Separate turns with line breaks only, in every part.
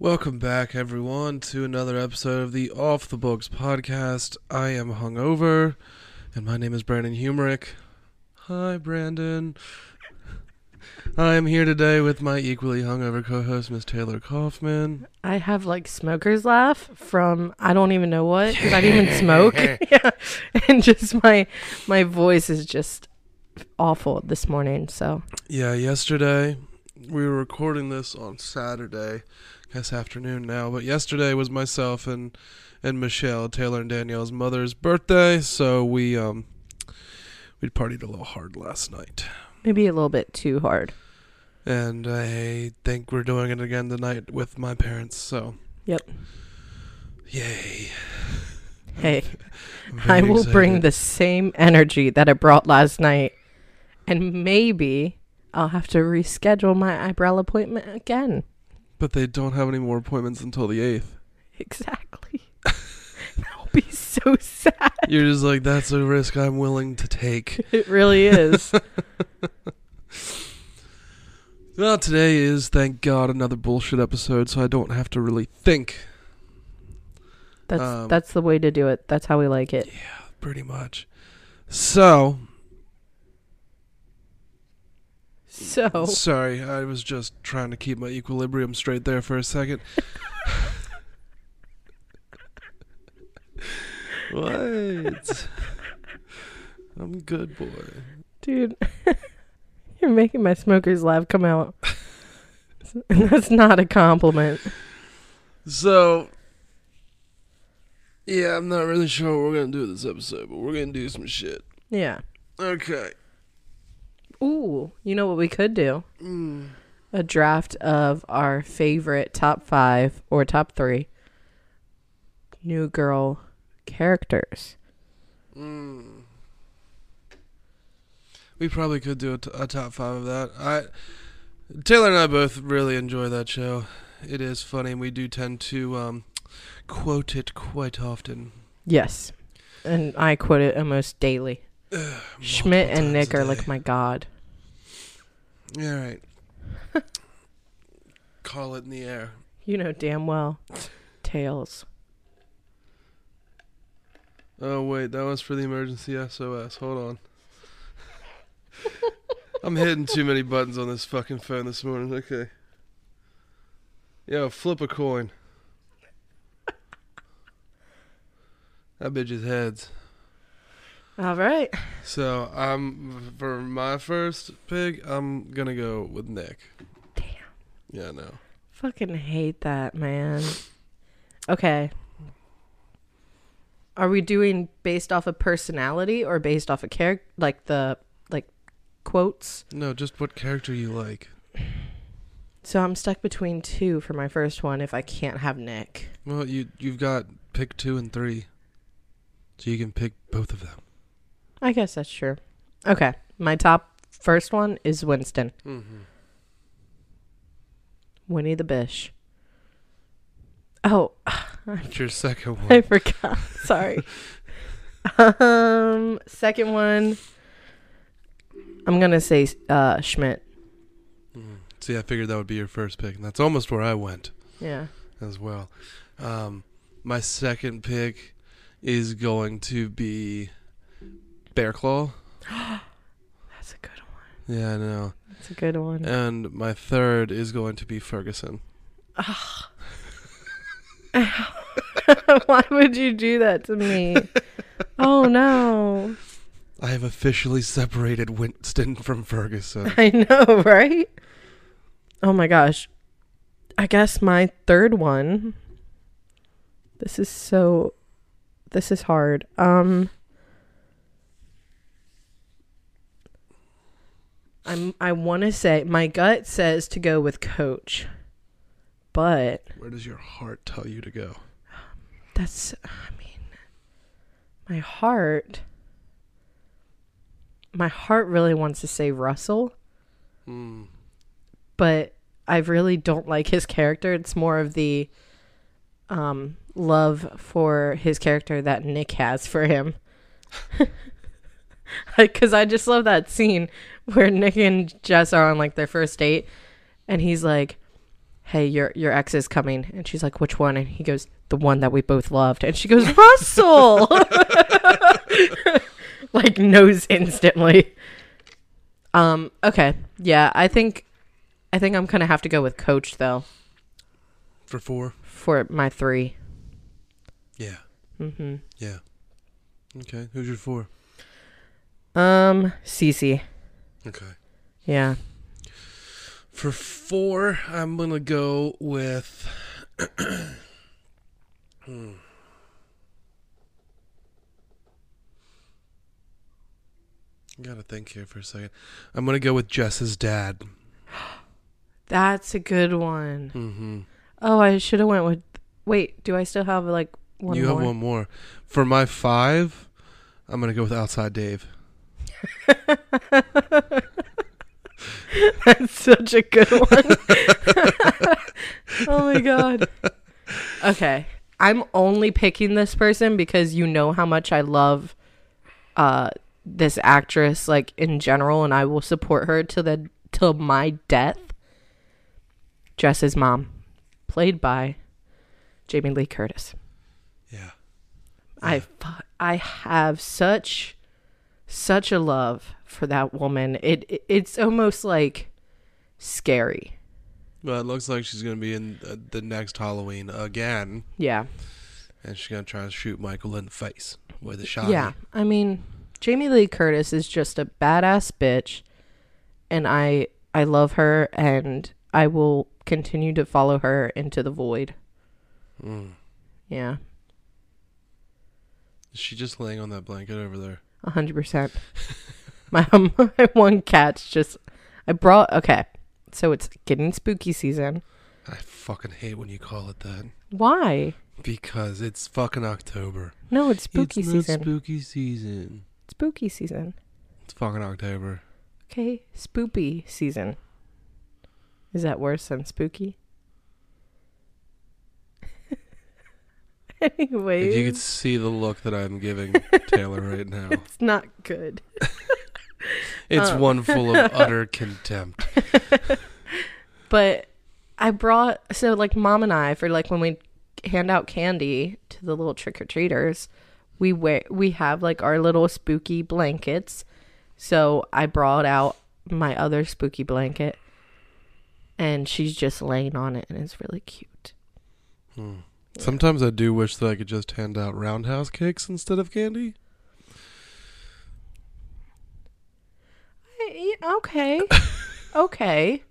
Welcome back, everyone, to another episode of the Off the Books podcast. I am hungover, and my name is Brandon Humerick. Hi, Brandon. I am here today with my equally hungover co-host, Miss Taylor Kaufman.
I have like smoker's laugh from I don't even know what 'cause I didn't even smoke. yeah. And just my my voice is just awful this morning. So
Yeah, yesterday we were recording this on Saturday, I guess afternoon now, but yesterday was myself and and Michelle, Taylor and Danielle's mother's birthday, so we um we partied a little hard last night.
maybe a little bit too hard.
And I think we're doing it again tonight with my parents, so
Yep.
Yay.
Hey,
I'm
I
very
will bring
excited.
the same energy that I brought last night. And maybe I'll have to reschedule my eyebrow appointment again.
But they don't have any more appointments until the 8th.
Exactly. That'll be so sad.
You're just like, that's a risk I'm willing to take.
It really is.
Well, today is, thank God, another bullshit episode, so I don't have to really think,
That's
Um,
that's the way to do it. That's how we like it.
pretty much. So,
So
sorry, I was just trying to keep my equilibrium straight there for a second. what? I'm good, boy.
Dude, you're making my smoker's laugh come out. And that's not a compliment.
So, yeah, I'm not really sure what we're gonna do this episode, but we're gonna do some shit.
Yeah.
Okay.
Ooh, you know what we could do?
Mm.
A draft of our favorite top five or top three new girl characters.
Mm. We probably could do a, t- a top five of that. I Taylor and I both really enjoy that show. It is funny, and we do tend to um, quote it quite often.
Yes. And I quote it almost daily.
Ugh,
Schmidt
multiple
and Nick
times a
are
day.
like my god.
Yeah, all right. Call it in the air.
You know damn well. Tails.
Oh wait, that was for the emergency SOS. Hold on. I'm hitting too many buttons on this fucking phone this morning. Okay. Yo, flip a coin. That bitch is heads.
All right.
So I'm for my first pick. I'm gonna go with Nick.
Damn.
Yeah, no.
Fucking hate that, man. Okay. Are we doing based off of personality or based off of character like the like quotes?
No, just what character you like.
So I'm stuck between two for my first one if I can't have Nick.
Well, you you've got pick two and three, so you can pick both of them.
I guess that's true. Okay. My top first one is Winston.
Mm-hmm.
Winnie the Bish. Oh,
That's your second one.
I forgot. Sorry. um, second one. I'm gonna say uh, Schmidt.
Mm. See, I figured that would be your first pick, and that's almost where I went
Yeah.
as well. Um, my second pick is going to be Bear Claw.
That's a good one.
Yeah, I know.
That's a good one.
And my third is going to be Ferguson.
Why would you do that to me? oh no.
I have officially separated Winston from Ferguson.
I know, right? Oh my gosh. I guess my third one. This is so this is hard. Um I'm I want to say my gut says to go with coach. But
Where does your heart tell you to go?
That's, I mean, my heart. My heart really wants to say Russell,
Mm.
but I really don't like his character. It's more of the um, love for his character that Nick has for him. Because I just love that scene where Nick and Jess are on like their first date, and he's like, hey, your your ex is coming, and she's like, which one? And he goes, the one that we both loved, and she goes, Russell, like knows instantly. Um. Okay. Yeah. I think. I think I'm gonna have to go with Coach though
for four.
for my three.
Yeah.
Mm-hmm.
Yeah. Okay. Who's your four?
Um. Cece.
Okay.
Yeah.
For four, I'm gonna go with. Hmm. I gotta think here for a second. I'm gonna go with Jess's dad.
That's a good one.
Mm-hmm.
Oh, I should have went with. Wait, do I still have like one
you
more?
have one more. For my five, I'm gonna go with Outside Dave.
That's such a good one. oh my god. Okay, I'm only picking this person because you know how much I love uh this actress like in general and I will support her till the till my death. Jess's mom, played by Jamie Lee Curtis.
Yeah.
I fu- I have such such a love for that woman. It, it- it's almost like scary.
Well, it looks like she's gonna be in uh, the next Halloween again,
Yeah.
and she's gonna try and shoot Michael in the face with a shot.
Yeah. I mean, Jamie Lee Curtis is just a badass bitch and I I love her and I will continue to follow her into the void.
Mm.
Yeah.
Is she just laying on that blanket over there?
A hundred percent. My my one cat's just I brought okay. So it's getting spooky season.
I fucking hate when you call it that
Why?
because it's fucking October.
No, it's spooky
it's not
season.
spooky season.
spooky season.
It's fucking October.
Okay, spoopy season. Is that worse than spooky?
If you
anyway,
could see the look that I'm giving Taylor right now,
it's not good.
it's
Um.
one full of utter contempt.
But I brought so like mom and I for like when we hand out candy to the little trick or treaters, we wear we have like our little spooky blankets. So I brought out my other spooky blanket, and she's just laying on it, and it's really cute.
Hmm. Sometimes I do wish that I could just hand out roundhouse kicks instead of candy.
Hey, Eh, okay. okay.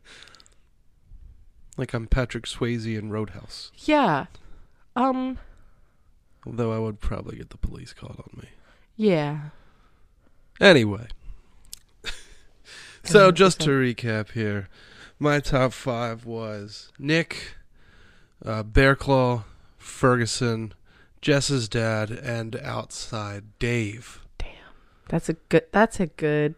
Like I'm Patrick Swayze in Roadhouse.
Yeah. Um
Although I would probably get the police called on me.
yeah.
Anyway. so,
Um,
just
so-
to recap here, my top five was Nick, uh, Bearclaw, Ferguson, Jess's dad, and outside Dave.
That's a good that's a good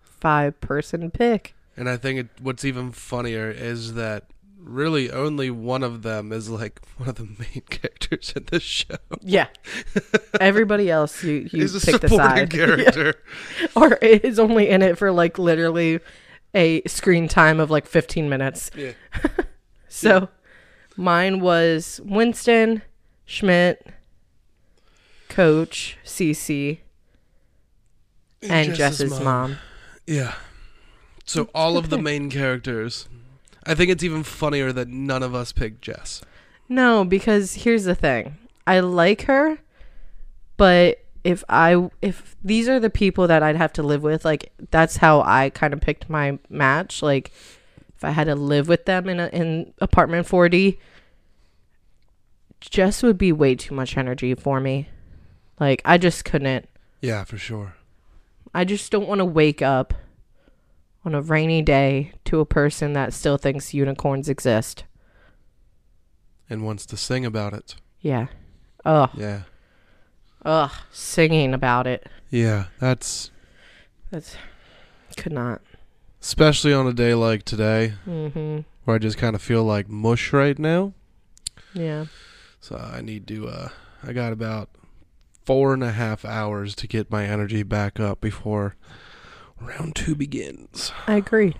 five person pick.
And I think it, what's even funnier is that really only one of them is like one of the main characters in this show.
Yeah. Everybody else you you
is a
picked
supporting
aside.
character.
Or is only in it for like literally a screen time of like 15 minutes.
Yeah.
So mine was Winston, Schmidt, Coach, Cece, and Jess's, mom.
Yeah. So all of the main characters. I think it's even funnier that none of us picked Jess.
No, because here's the thing. I like her, but if I if these are the people that I'd have to live with, like that's how I kind of picked my match. Like if I had to live with them in a, in apartment 4D, Jess would be way too much energy for me. Like I just couldn't.
Yeah, for sure.
I just don't want to wake up on a rainy day to a person that still thinks unicorns exist.
And wants to sing about it.
Yeah. Ugh.
Yeah.
Ugh. Singing about it.
Yeah, that's
That's could not.
especially on a day like today
hmm
where I just kind of feel like mush right now.
Yeah.
So I need to uh I got about four and a half hours to get my energy back up before round two begins.
I agree.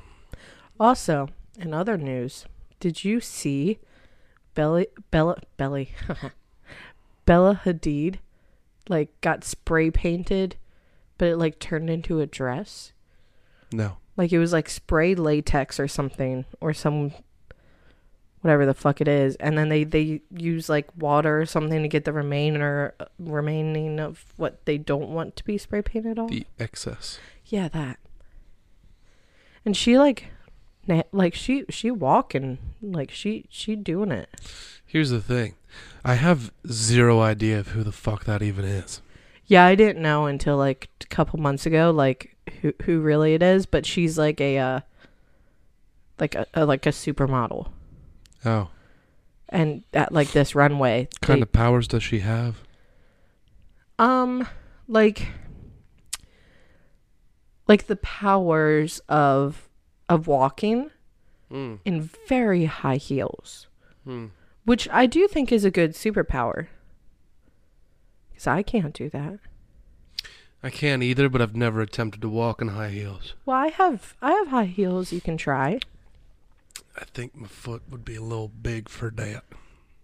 Also, in other news, Did you see Belly Bella Belly Bella Hadid like got spray painted, but it like turned into a dress?
No.
Like it was like spray latex or something or some whatever the fuck it is, and then they they use like water or something to get the remainder remaining of what they don't want to be spray painted off.
The excess.
Yeah, that. And she like, na- like she she walking like she she doing it.
Here's the thing. I have zero idea of who the fuck that even is.
Yeah, I didn't know until like a couple months ago, like who who really it is. But she's like a uh, like a, a like a supermodel,
Oh.
and at like this runway,
What kind of powers does she have?
they- um like like the powers of of walking
Mm.
in very high heels.
Hmm.
which I do think is a good superpower. Because I can't do that.
I can't either, but I've never attempted to walk in high heels.
Well, I have I have high heels. You can try.
I think my foot would be a little big for that.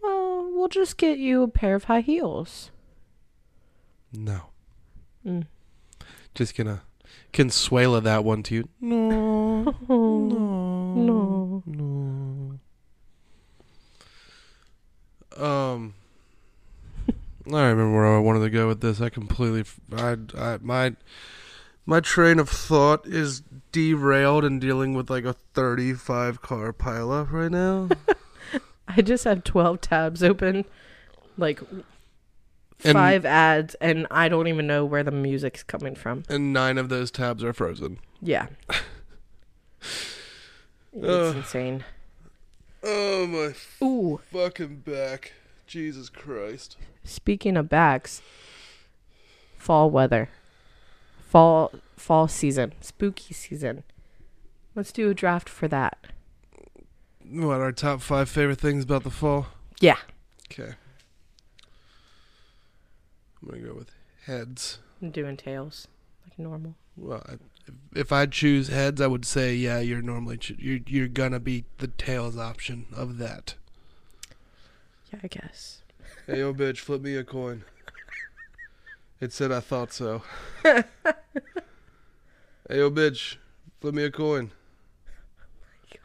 Well, we'll just get you a pair of high heels.
No.
Mm.
Just gonna consuela that one to you. No. no.
No.
No. Um. I don't remember where I wanted to go with this. I completely, f- I, I, my, my train of thought is derailed and dealing with like a thirty-five car pileup right now.
I just have twelve tabs open, like
And-
five ads, and I don't even know where the music's coming from.
and nine of those tabs are frozen.
Yeah, it's
Ugh.
insane.
Oh my
Ooh,
fucking back. Jesus Christ.
speaking of backs, fall weather, fall fall season, spooky season. Let's do a draft for that.
What our top five favorite things about the fall?
Yeah.
Okay. I'm gonna go with heads.
I'm doing tails like normal.
Well, I, if, if I choose heads, I would say yeah. You're normally ch- you're you're gonna be the tails option of that.
Yeah, I guess.
Hey yo, bitch, flip me a coin. It said I thought so. hey yo, bitch, flip me a coin. Oh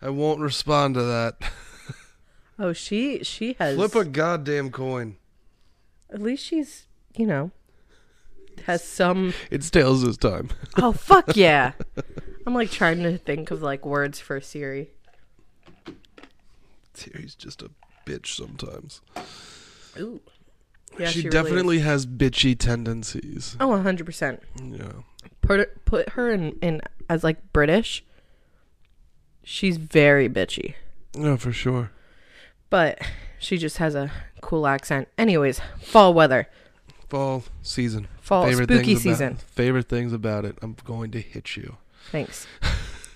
I won't respond to that.
Oh, she she has.
Flip a goddamn coin.
at least she's you know has some.
It's tails this time.
Oh fuck yeah! I'm like trying to think of like words for Siri.
Siri's just a bitch sometimes.
Ooh. Yeah,
she,
she, really is.
definitely has bitchy tendencies.
Oh, 100 percent.
Yeah.
Put her, put her in, in as like British. She's very bitchy,
No, for sure.
but she just has a cool accent. Anyways, fall weather,
Fall season.
fall spooky
things about-
season.
favorite things about it. I'm going to hit you.
Thanks.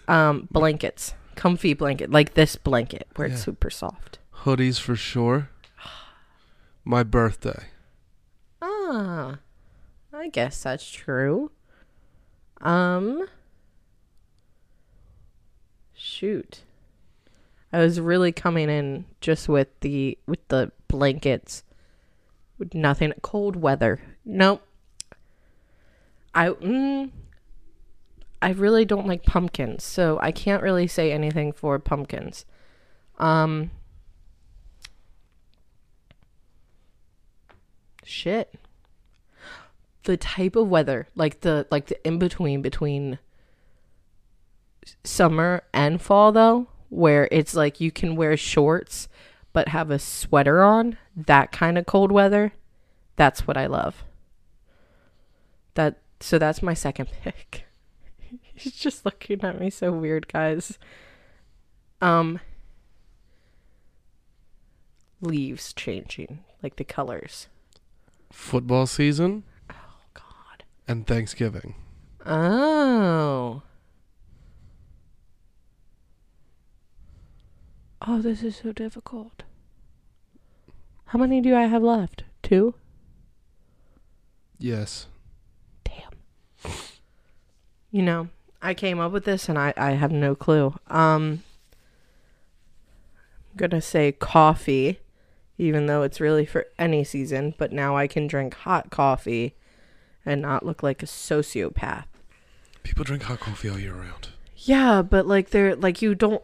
Um, blankets, comfy blanket, like this blanket where
Yeah.
it's super soft.
Hoodies for sure. My birthday.
Ah, I guess that's true. Um, shoot, I was really coming in just with the with the blankets, with nothing cold weather. Nope. I mm, I really don't like pumpkins, so I can't really say anything for pumpkins. Um. Shit. The type of weather, like the like the in between between s- summer and fall though, where it's like you can wear shorts but have a sweater on, that kind of cold weather, that's what I love. That so that's my second pick. He's just looking at me so weird, guys. Um leaves changing, like the colors.
Football season
Oh, God.
and Thanksgiving.
Oh. Oh, this is so difficult. How many do I have left? Two?
Yes.
Damn. You know, I came up with this and I, I have no clue. Um gonna say coffee, even though it's really for any season, but now I can drink hot coffee and not look like a sociopath.
People drink hot coffee all year round.
Yeah, but like they're like you don't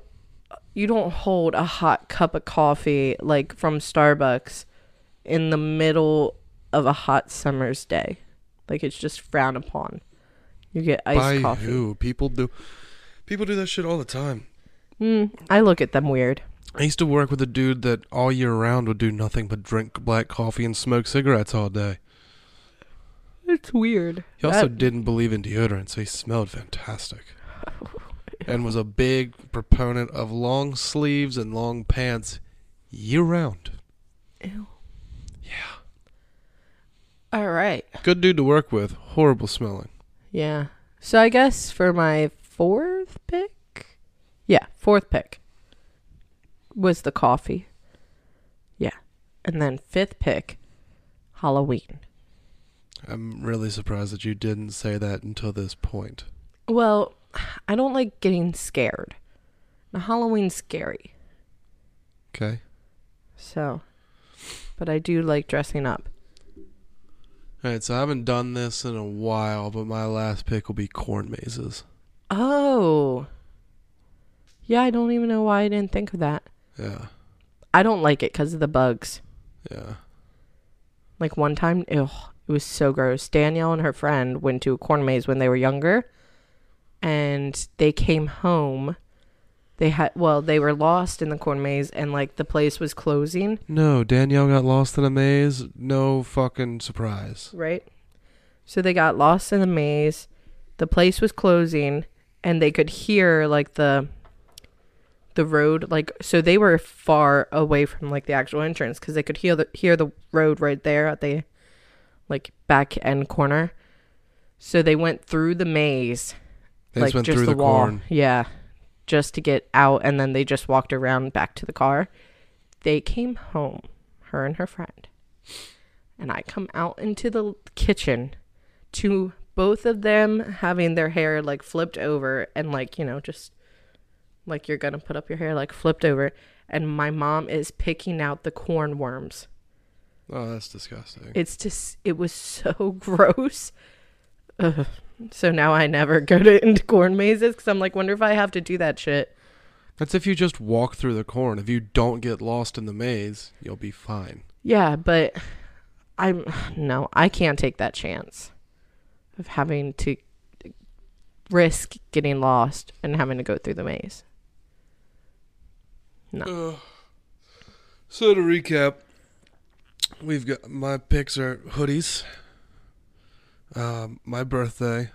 you don't hold a hot cup of coffee like from Starbucks in the middle of a hot summer's day. Like it's just frowned upon. You get iced
By
coffee.
who? People do. People do that shit all the time.
Mm, I look at them weird.
I used to work with a dude that all year round would do nothing but drink black coffee and smoke cigarettes all day.
It's weird.
He also
That-
didn't believe in deodorant, so he smelled fantastic. and was a big proponent of long sleeves and long pants year round.
Ew.
Yeah.
All right.
Good dude to work with, horrible smelling.
Yeah. So I guess for my fourth pick, yeah, fourth pick was the coffee. Yeah. And then fifth pick, Halloween.
I'm really surprised that you didn't say that until this point.
Well, I don't like getting scared. Now, Halloween's scary.
Okay.
So, but I do like dressing up.
All right, so I haven't done this in a while, but my last pick will be corn mazes.
Oh. Yeah, I don't even know why I didn't think of that.
Yeah.
I don't like it because of the bugs.
Yeah.
Like one time, ugh, it was so gross. Danielle and her friend went to a corn maze when they were younger, and they came home. They had well, they were lost in the corn maze, and like the place was closing,
No, Danielle got lost in a maze. No fucking surprise.
right? So they got lost in the maze. The place was closing, and they could hear like the the road like so they were far away from like the actual entrance because they could hear the hear the road right there at the like back end corner so they went through the maze
They
like
just went
just
through
the,
the,
wall
corn.
yeah just to get out and then they just walked around back to the car they came home her and her friend and i come out into the kitchen to both of them having their hair like flipped over and like you know just like you're gonna put up your hair like flipped over and my mom is picking out the corn worms
Oh, that's disgusting.
it's just it was so gross Ugh. so now i never go to into corn mazes because i'm like wonder if i have to do that shit
That's if you just walk through the corn. If you don't get lost in the maze, you'll be fine.
yeah but i'm no i can't take that chance of having to risk getting lost and having to go through the maze
So to recap, we've got my picks are hoodies, um, my birthday,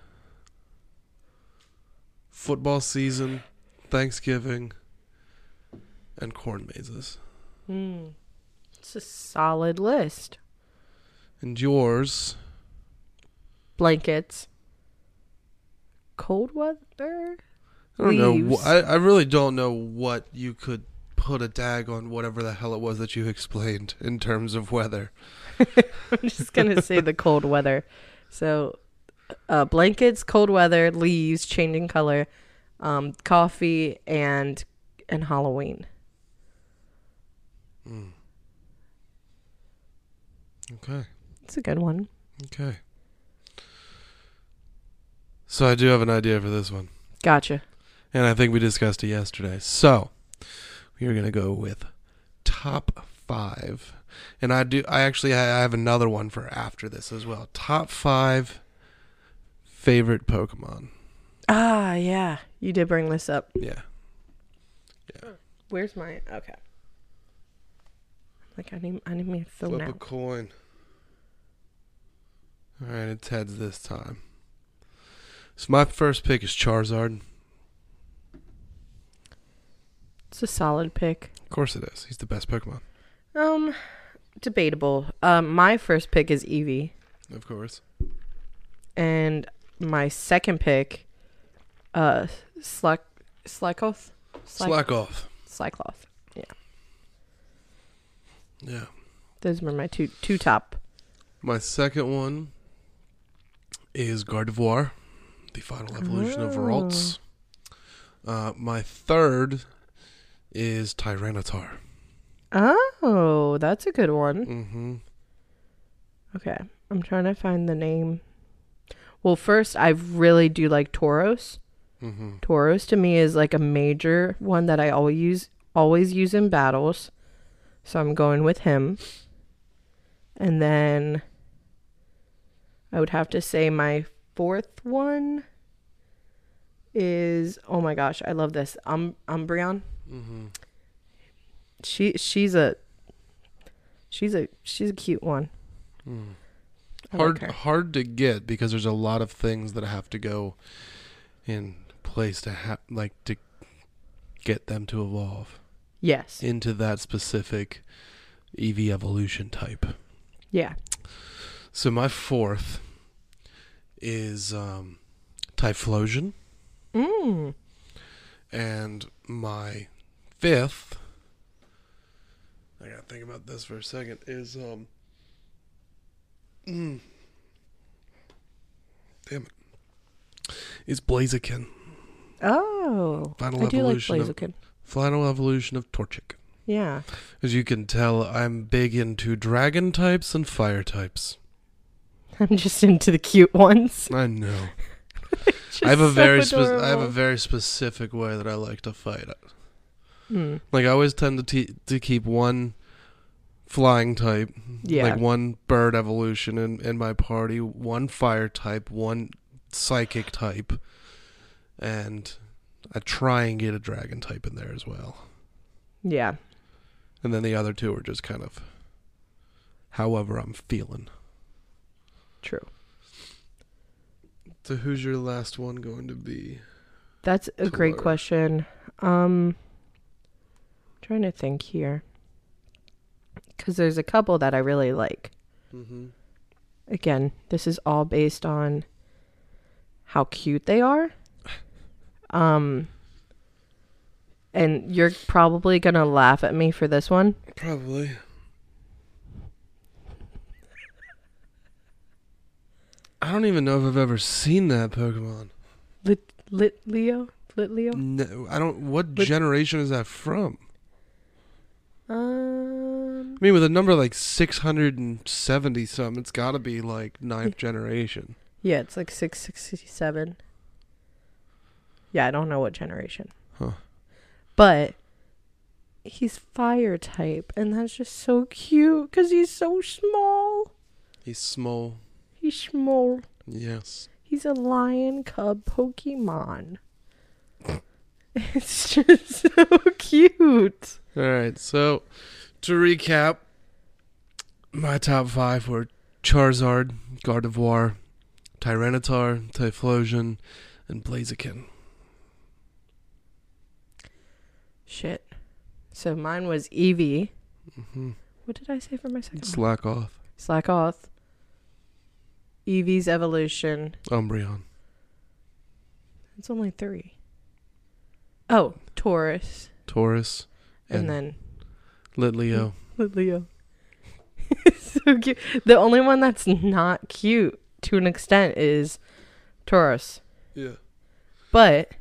football season, Thanksgiving, and corn mazes.
mm. it's a solid list
And yours,
blankets cold weather
I don't know.
Leaves.
wh- I, I really don't know what you could put a tag on whatever the hell it was that you explained in terms of weather.
I'm just gonna say the cold weather. So, uh, blankets, cold weather, leaves, changing color, um, coffee, and and Halloween.
Mm. Okay.
It's a good one.
Okay. So I do have an idea for this one.
Gotcha.
And I think we discussed it yesterday. So we are gonna go with top five. And I do I actually I I have another one for after this as well. Top five favorite Pokemon.
Ah, yeah. You did bring this up.
Yeah.
Where's my okay? Like I need I need me to fill
Flip
now.
a coin. Alright, it's heads this time. So my first pick is Charizard.
It's a solid pick.
Of course it is. He's the best Pokemon.
Um, debatable. Um, my first pick is Eevee.
Of course.
and my second pick, uh, Slack Slackoth,
Slack off.
Slackloth.
Yeah.
Those were my two two top.
My second one is Gardevoir, the final evolution of Ralts. Uh, my third is Tyranitar.
Oh, that's a good one.
Mm-hmm.
Okay. I'm trying to find the name. Well, first, I really do like Tauros.
Mm-hmm.
Tauros to me is like a major one that I always use, always use in battles. So I'm going with him. And then I would have to say my fourth one is oh my gosh, I love this. Um Umbreon.
Mm-hmm.
She she's a she's a she's a cute one. I like
Mm. Hard
her.
hard to get because there's a lot of things that have to go in place to ha- like to get them to evolve
Yes.
into that specific EV evolution type.
yeah.
So my fourth is um, Typhlosion.
Mm.
And my fifth, I gotta think about this for a second, is, um, mm, damn it, is Blaziken.
Oh.
Final
I do like
evolution of,
Blaziken.
final evolution of Torchic.
Yeah.
As you can tell, I'm big into dragon types and fire types.
I'm just into the cute ones.
I know.
Just
I have a
so
very spe- I have
adorable.
a very specific way that I like to fight it.
Mm.
Like I always tend to te- to keep one flying type,
Yeah.
like one bird evolution in in my party, one fire type, one psychic type, and I try and get a dragon type in there as well.
Yeah.
And then the other two are just kind of however I'm feeling.
True.
So who's your last one going to be?
That's a
To
great
learn.
question. Um trying to think here. Cuz there's a couple that I really like.
Mhm.
Again, this is all based on how cute they are. Um and you're probably going to laugh at me for this one.
Probably. I don't even know if I've ever seen that Pokemon.
Lit Lit Leo, Lit Leo.
No, I don't. What
But-
generation is that from?
Um
I mean, with a number like six hundred and seventy some, it's got to be like ninth generation.
Yeah, it's like 667. Yeah, I don't know what generation.
Huh.
But he's fire type, and that's just so cute because he's so small.
He's small.
He's small.
Yes.
He's a lion cub Pokemon. it's just so cute.
All right. So, to recap, my top five were Charizard, Gardevoir, Tyranitar, Typhlosion, and Blaziken.
Shit. So mine was Eevee.
Mm-hmm.
What did I say for my second? one?
Slack off,
Slackoth. Eevee's evolution.
Umbreon.
It's only three. Oh, Taurus,
Taurus, and,
and, then
Litleo.
Leo. so cute. The only one that's not cute to an extent is Taurus,
Yeah.
but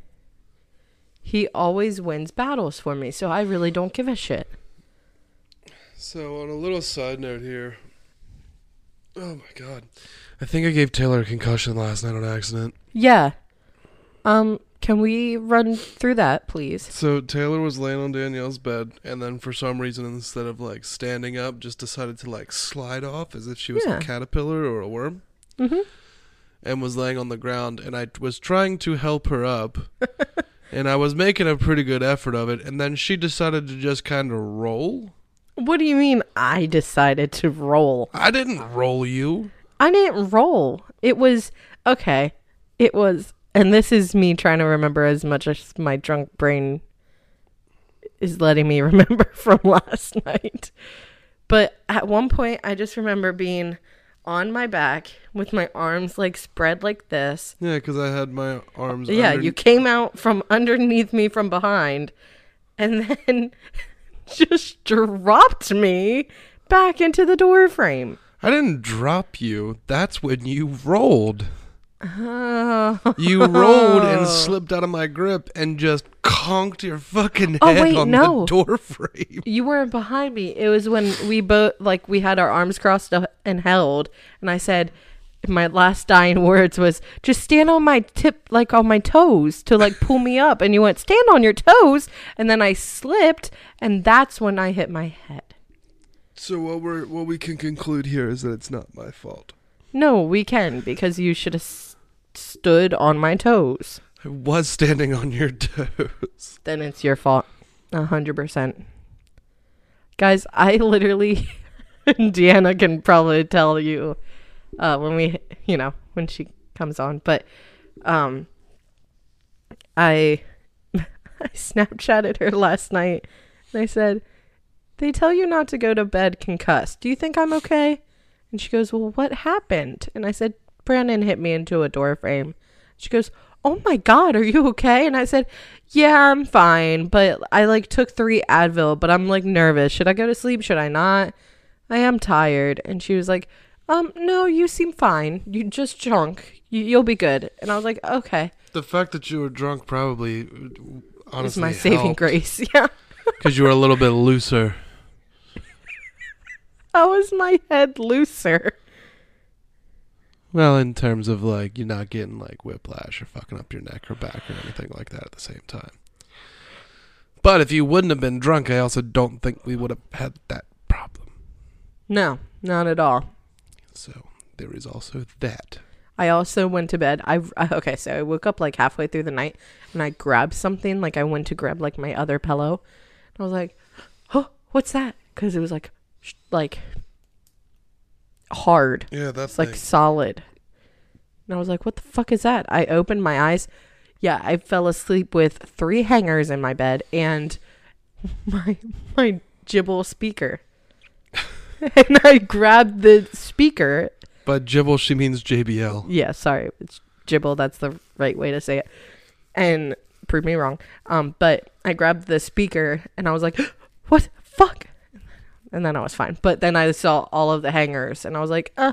he always wins battles for me, so I really don't give a shit.
So on a little side note here. Oh my god. I think I gave Taylor a concussion last night on accident.
Yeah. Um. Can we run through that, please?
So Taylor was laying on Danielle's bed and then for some reason instead of like standing up just decided to like slide off as if she was
Yeah.
a caterpillar or a worm
Mm-hmm.
and was laying on the ground and I was trying to help her up and I was making a pretty good effort of it and then she decided to just kind of roll.
What do you mean? I decided to roll.
I didn't roll you.
I didn't roll. It was okay. It was, and this is me trying to remember as much as my drunk brain is letting me remember from last night. But at one point, I just remember being on my back with my arms like spread like this.
Yeah, cuz I had my arms
yeah,
under-
you came out from underneath me from behind and then just dropped me back into the door frame.
I didn't drop you. That's when you rolled.
Oh.
You rolled and slipped out of my grip and just conked your fucking head
Oh, wait,
on the
no.
door frame.
You weren't behind me. It was when we both like we had our arms crossed uh, and held, and I said my last dying words was just stand on my tip like on my toes to like pull me up and you went stand on your toes and then I slipped and that's when I hit my head.
So what we what we can conclude here is that it's not my fault.
No, we can because you should have s- stood on my toes.
I was standing on your toes.
Then it's your fault. A hundred percent. Guys, I literally, Deanna can probably tell you uh, when we, you know, when she comes on. But, um, I, I Snapchatted her last night, and I said, "They tell you not to go to bed concussed. Do you think I'm okay?" And she goes, "Well, what happened?" And I said, "Brandon hit me into a door frame." She goes, "Oh my god, are you okay?" And I said, "Yeah, I'm fine, but I like took 3 Advil, but I'm like nervous. Should I go to sleep? Should I not? I am tired." And she was like, "Um, no, you seem fine. You just drunk. You, you'll be good." And I was like, "Okay."
The fact that you were drunk probably uh,
It's
honestly
my saving grace. Yeah.
because you were a little bit looser.
How is my head looser?
Well, in terms of like you're not getting like whiplash or fucking up your neck or back or anything like that at the same time. But if you wouldn't have been drunk, I also don't think we would have had that problem.
No, not at all.
So there is also that.
I also went to bed. I I- okay, so I woke up like halfway through the night and I grabbed something. Like I went to grab like my other pillow, and I was like, "Oh, what's that?" Because it was like, sh- like hard.
Yeah,
It's
that's
like solid. And I was like, what the fuck is that? I opened my eyes. Yeah, I fell asleep with three hangers in my bed and my my gibble speaker. and I grabbed the speaker.
By gibble, she means JBL.
Yeah, sorry. It's gibble, that's the right way to say it. And prove me wrong. Um, but I grabbed the speaker and I was like, What the fuck? And then I was fine. But then I saw all of the hangers and I was like, uh,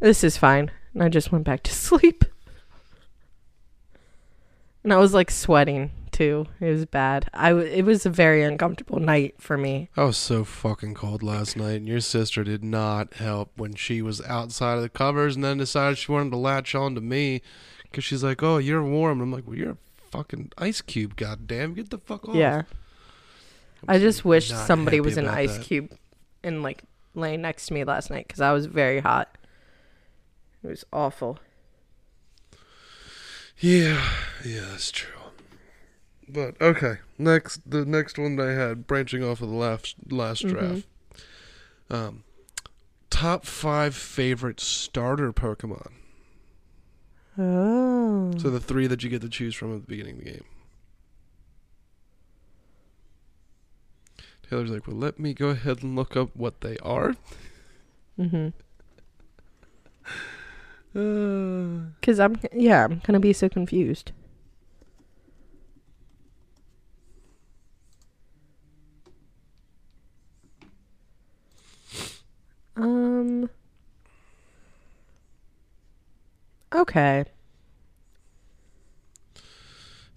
this is fine. And I just went back to sleep. And I was like sweating too. It was bad. I w- it was a very uncomfortable night for me.
I was so fucking cold last night, and your sister did not help when she was outside of the covers and then decided she wanted to latch on to me because she's like, Oh, you're warm. I'm like, Well, you're a fucking ice cube, goddamn. Get the fuck off.
Yeah. I just wish
not
somebody
happy
was an
about
ice
that.
cube and like laying next to me last night because I was very hot. It was awful.
Yeah, yeah, that's true. But okay, next the next one that I had branching off of the last last
Mm-hmm.
draft. Um, top five favorite starter Pokemon.
Oh.
So the three that you get to choose from at the beginning of the game. Taylor's like, well, let me go ahead and look up what they are.
mm-hmm.
Uh,
Cause I'm yeah I'm gonna be so confused. Um. Okay.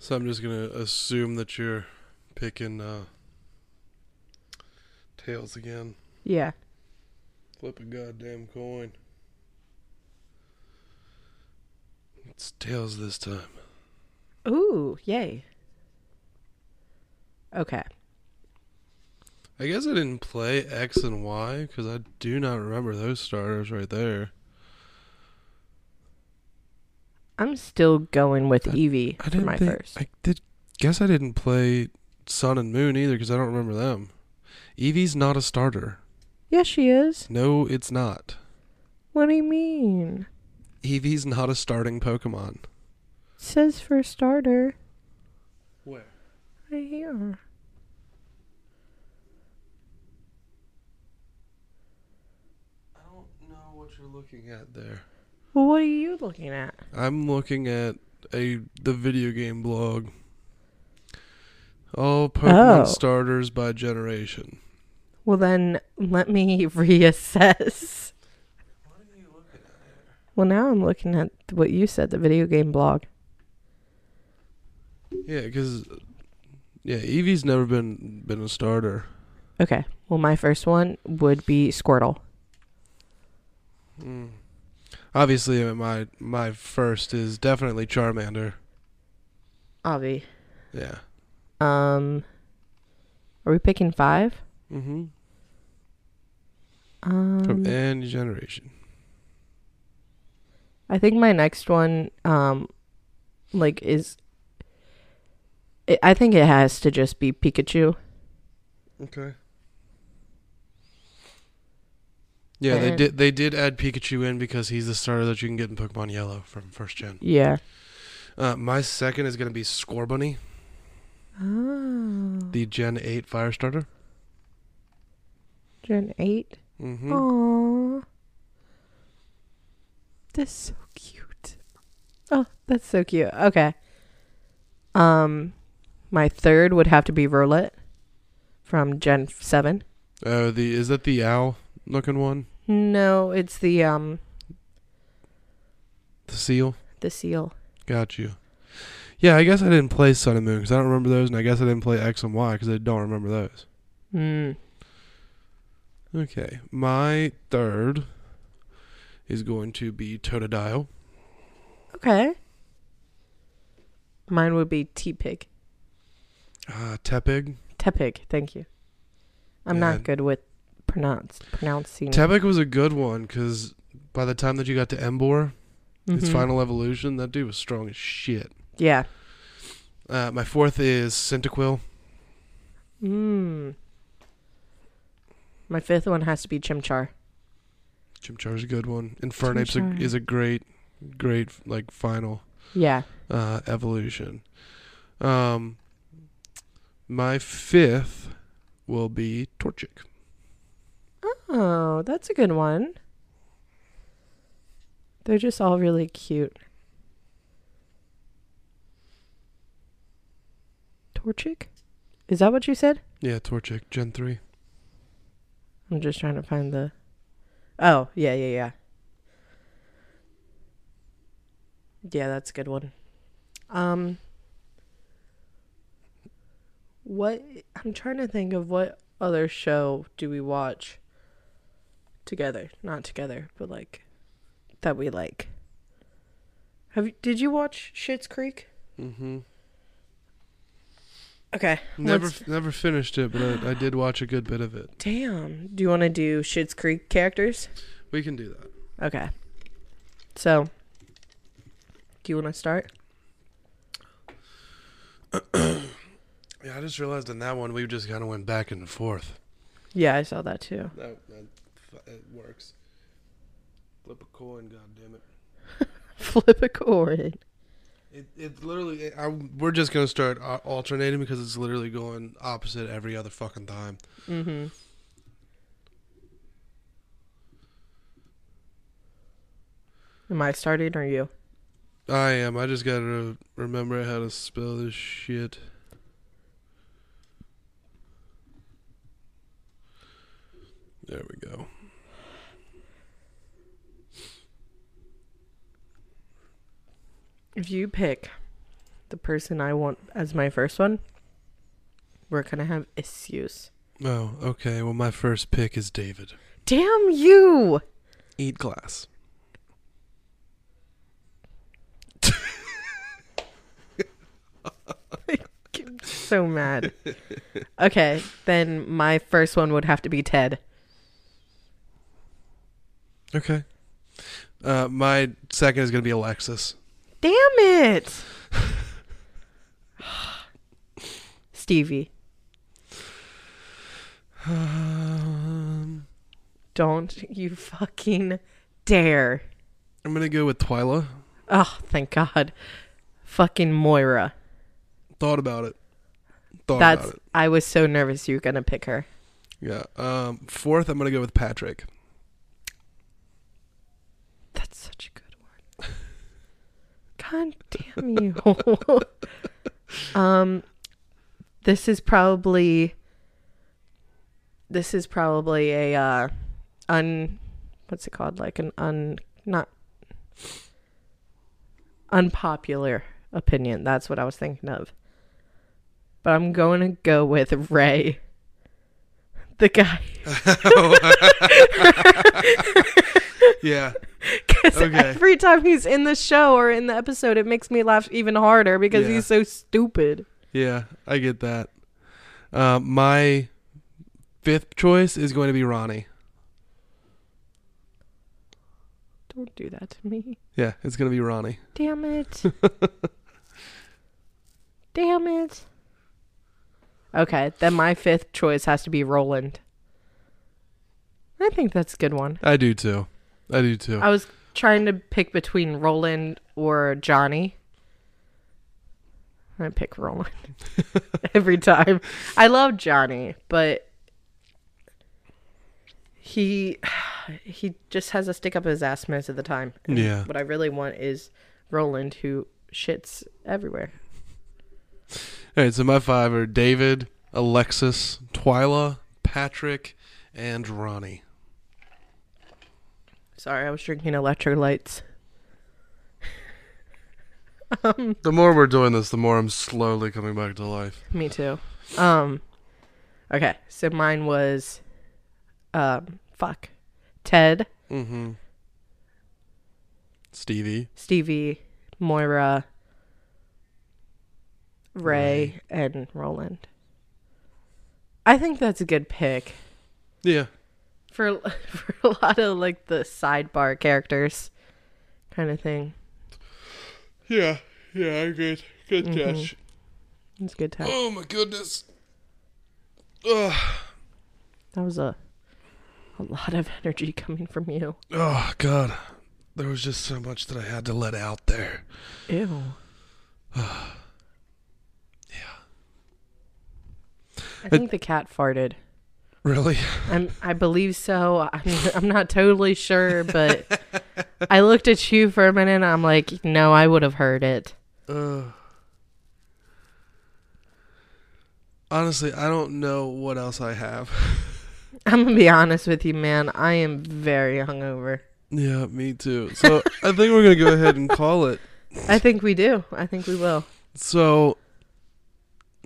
so I'm just gonna assume that you're picking uh, tails again.
Yeah.
Flip a goddamn coin. It's tails this time.
Ooh, yay. Okay.
I guess I didn't play X and Y because I do not remember those starters right there.
I'm still going with
I-
Evie
I
for
didn't
my
think,
first.
I did. Guess I didn't play Sun and Moon either because I don't remember them. Eevee's not a starter.
yeah, she is.
No, it's not.
What do you mean?
Eevee's not a starting Pokemon.
says for starter
Where?
right here.
I don't know what you're looking at there.
Well, what are you looking at?
I'm looking at a the video game blog. All Pokemon
Oh.
starters by generation.
Well, then let me reassess.
What are you looking at?
Well, now I'm looking at what you said, the video game blog.
Yeah, because yeah, Evie's never been been a starter.
Okay. Well, my first one would be Squirtle.
Mm. Obviously, uh, my my first is definitely Charmander.
Avi.
Yeah.
Um, are we picking five?
Mm-hmm. From
Um,
any generation.
I think my next one, um, like is, it, I think it has to just be Pikachu.
Okay. Yeah, they
And-
did. They did add Pikachu in because he's the starter that you can get in Pokemon Yellow from first gen.
Yeah.
Uh, my second is gonna be Scorbunny,
Oh.
the Gen Eight Fire Starter.
Gen eight.
Mm-hmm.
Oh. Aww. That's so cute. Oh, that's so cute. Okay. Um, my third would have to be Roulette from Gen seven.
Oh, the is that the owl looking one?
No, it's the um
The seal.
the seal.
Got you. Yeah, I guess I didn't play Sun and Moon because I don't remember those, and I guess I didn't play X and Y because I don't remember those.
Mm.
Okay, my third is going to be Totodile.
Okay. Mine would be T Pig.
Ah, Tepig.
Tepig, thank you. I'm
Yeah.
not good with pronounce pronouncing.
Tepig was a good one because by the time that you got to Embor, its
Mhm.
final evolution, that dude was strong as shit.
Yeah.
Uh, my fourth is Cyndaquil.
Mm. My fifth one has to be Chimchar.
Chimchar's a good one. Infernape's
Chimchar.
a, is a great, great like final
Yeah.
uh, evolution. Um, my fifth will be Torchic.
Oh, that's a good one. They're just all really cute. Torchic? Is that what you said?
Yeah, Torchic Gen three.
I'm just trying to find the. Oh, yeah, yeah, yeah. Yeah, that's a good one. Um, what I'm trying to think of what other show do we watch together? Not together, but like that we like. Have you, did you watch Shit's Creek?
Mm-hmm.
Okay.
Never,
let's-
never finished it, but I, I did watch a good bit of it.
Damn. Do you want to do Shit's Creek characters?
We can do that.
Okay. So, do you want to start?
Yeah, I just realized in that one we just kind of went back and forth.
Yeah, I saw that too.
No, that, it works. Flip a coin, goddammit.
Flip a coin.
It, it's literally. I, we're just gonna start uh, alternating because it's literally going opposite every other fucking time.
Mm-hmm. Am I starting or you?
I am. I just gotta remember how to spell this shit. There we go.
If you pick the person I want as my first one, we're gonna have issues.
Oh, okay. Well, my first pick is David.
Damn you!
Eat glass.
So mad. okay, then my first one would have to be Ted.
Okay. Uh, my second is gonna be Alexis.
Damn it! Stevie,
Um,
don't you fucking dare.
I'm gonna go with Twyla.
Oh, thank God. Fucking Moira.
Thought about it. Thought
That's
about it.
I was so nervous you were gonna pick her.
Yeah. Um, fourth, I'm gonna go with Patrick.
That's such a good one. God damn you. um this is probably this is probably a uh un what's it called? Like an un not Unpopular opinion. That's what I was thinking of. But I'm going to go with Ray. The guy.
yeah.
Because
Okay.
every time he's in the show or in the episode, it makes me laugh even harder because
Yeah.
he's so stupid.
Yeah, I get that. Uh, my fifth choice is going to be Ronnie.
Don't do that to me.
Yeah, it's going to be Ronnie.
Damn it. Damn it. Okay, then my fifth choice has to be Roland. I think that's a good one.
I do too. I do too.
I was trying to pick between Roland or Johnny. I pick Roland every time. I love Johnny, but he he just has a stick up his ass most of the time. And
Yeah.
What I really want is Roland who shits everywhere.
All right, so my five are David, Alexis, Twyla, Patrick, and Ronnie.
Sorry, I was drinking electrolytes.
The more we're doing this, the more I'm slowly coming back to life.
Me too. Um okay, so mine was um fuck. Ted,
Mm-hmm. Stevie.
Stevie, Moira, Ray, and Roland. I think that's a good pick
Yeah.
for for a lot of like the sidebar characters kind of thing.
Yeah. Yeah, I good. Good catch.
It's a good time.
Oh my goodness. Ugh.
That was a a lot of energy coming from you.
Oh God, there was just so much that I had to let out there.
Ew. I think the cat farted.
Really?
I'm, I believe so. I'm, I'm not totally sure, but I looked at you for a minute and I'm like, no, I would have heard it.
Uh, honestly, I don't know what else I have.
I'm going to be honest with you, man. I am very hungover.
Yeah, me too. So I think we're gonna go ahead and call it.
I think we do. I think we will.
So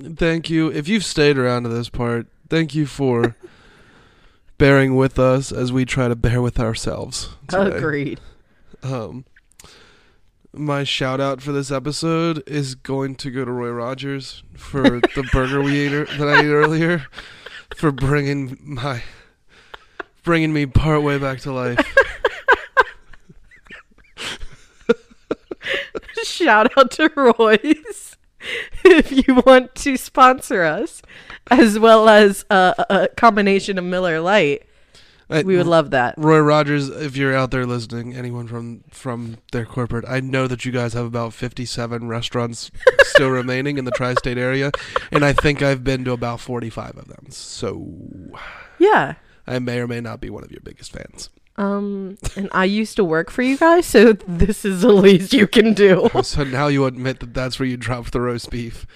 thank you. If you've stayed around to this part, thank you for bearing with us as we try to bear with ourselves. today.
Agreed.
Um, my shout out for this episode is going to go to Roy Rogers for the burger we ate er- that I ate earlier for bringing my bringing me part way back to life.
Shout out to Roy's. if you want to sponsor us, as well as uh, a combination of Miller Lite,
I-
we would love that.
Roy Rogers, if you're out there listening, anyone from from their corporate, I know that you guys have about 57 restaurants still remaining in the tri-state area, and I think I've been to about 45 of them. So
Yeah.
I may or may not be one of your biggest fans.
Um, and I used to work for you guys, so this is the least you can do.
so now you admit that that's where you dropped the roast beef.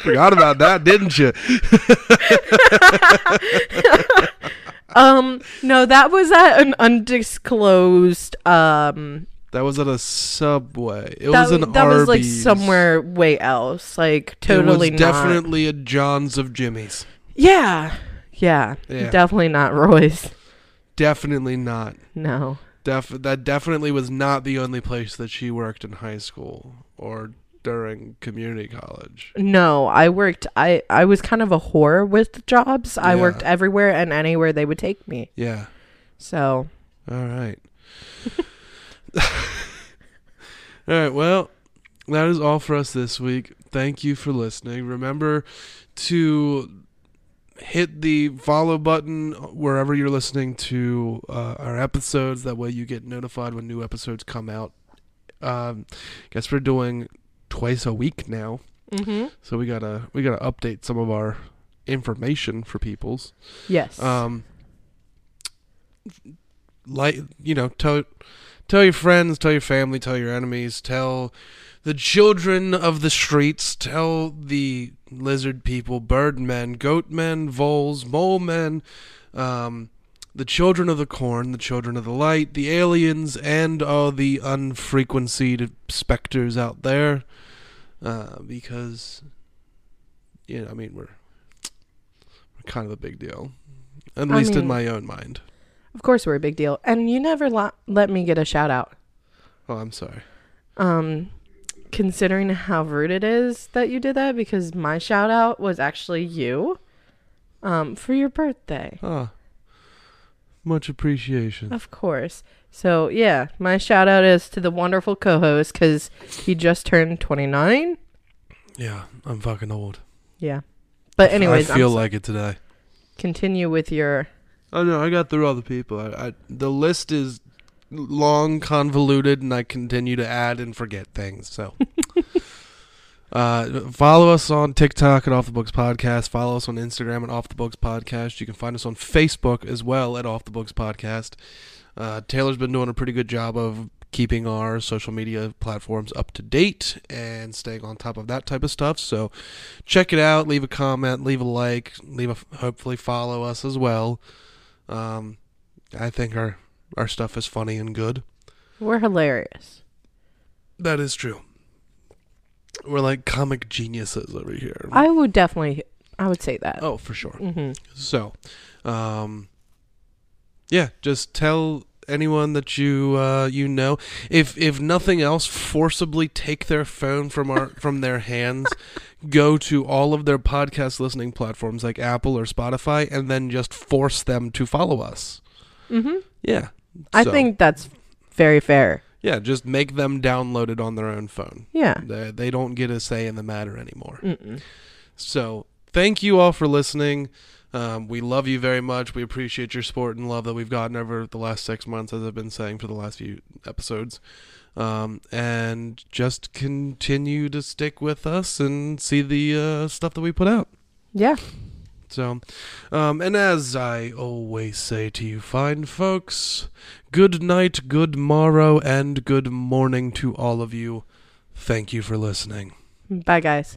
Forgot about that, didn't you?
Um, no, that was at an undisclosed. Um,
That was at a subway. It
that
was an
that
Arby's.
was like somewhere way else, like totally
It was
not.
definitely a John's of Jimmy's.
yeah, yeah,
Yeah.
definitely not Roy's.
Definitely not.
No,
Def- that definitely was not the only place that she worked in high school or during community college.
no, I worked. I I was kind of a whore with jobs. I
Yeah.
worked everywhere and anywhere they would take me.
Yeah.
So
All right. all right. Well, that is all for us this week. Thank you for listening. Remember to hit the follow button wherever you're listening to uh, our episodes. That way you get notified when new episodes come out. Um, guess we're doing twice a week now,
mm-hmm.
so we gotta we gotta update some of our information for people's.
yes,
Um, like you know, tell tell your friends, tell your family, tell your enemies, tell The children of the streets tell the lizard people, birdmen, goatmen, voles, mole men, um, the children of the corn, the children of the light, the aliens, and all the unfrequencied specters out there. Uh, because, you know, I mean, we're, we're kind of a big deal. At
I
least in
mean-
my own mind.
Of course, we're a big deal. And you never lo- let me get a shout out.
Oh, I'm sorry.
Um, considering how rude it is that you did that, because my shout out was actually you, um, for your birthday.
Ah, much appreciation.
Of course. So yeah, my shout out is to the wonderful co-host because he just turned 29.
Yeah, I'm fucking old.
Yeah. But anyways,
I
I'm
feel
s-
like it today.
continue with your.
Oh no, I got through all the people. I, I, the list is long, convoluted, and I continue to add and forget things. So, uh, follow us on TikTok at Off the Books Podcast. Follow us on Instagram at Off the Books Podcast. You can find us on Facebook as well at Off the Books Podcast. Uh, Taylor's been doing a pretty good job of keeping our social media platforms up to date and staying on top of that type of stuff. So, check it out. Leave a comment. Leave a like. Leave a hopefully follow us as well. Um, I think our our stuff is funny and good.
We're hilarious.
That is true. We're like comic geniuses over here.
I would definitely. I would say that.
oh, for sure.
Mm-hmm.
So, um, yeah, just tell anyone that you uh, you know. If if nothing else, forcibly take their phone from our from their hands, go to all of their podcast listening platforms like Apple or Spotify, and then just force them to follow us.
Mm-hmm.
Yeah,
I
So,
think that's very fair.
yeah, just make them download it on their own phone.
Yeah.
They, they don't get a say in the matter anymore.
Mm-mm.
So thank you all for listening. Um, we love you very much. We appreciate your support and love that we've gotten over the last six months, as I've been saying for the last few episodes. Um, and just continue to stick with us and see the uh, stuff that we put out.
Yeah.
So, um, and as I always say to you fine folks, good night, good morrow, and good morning to all of you. Thank you for listening.
Bye, guys.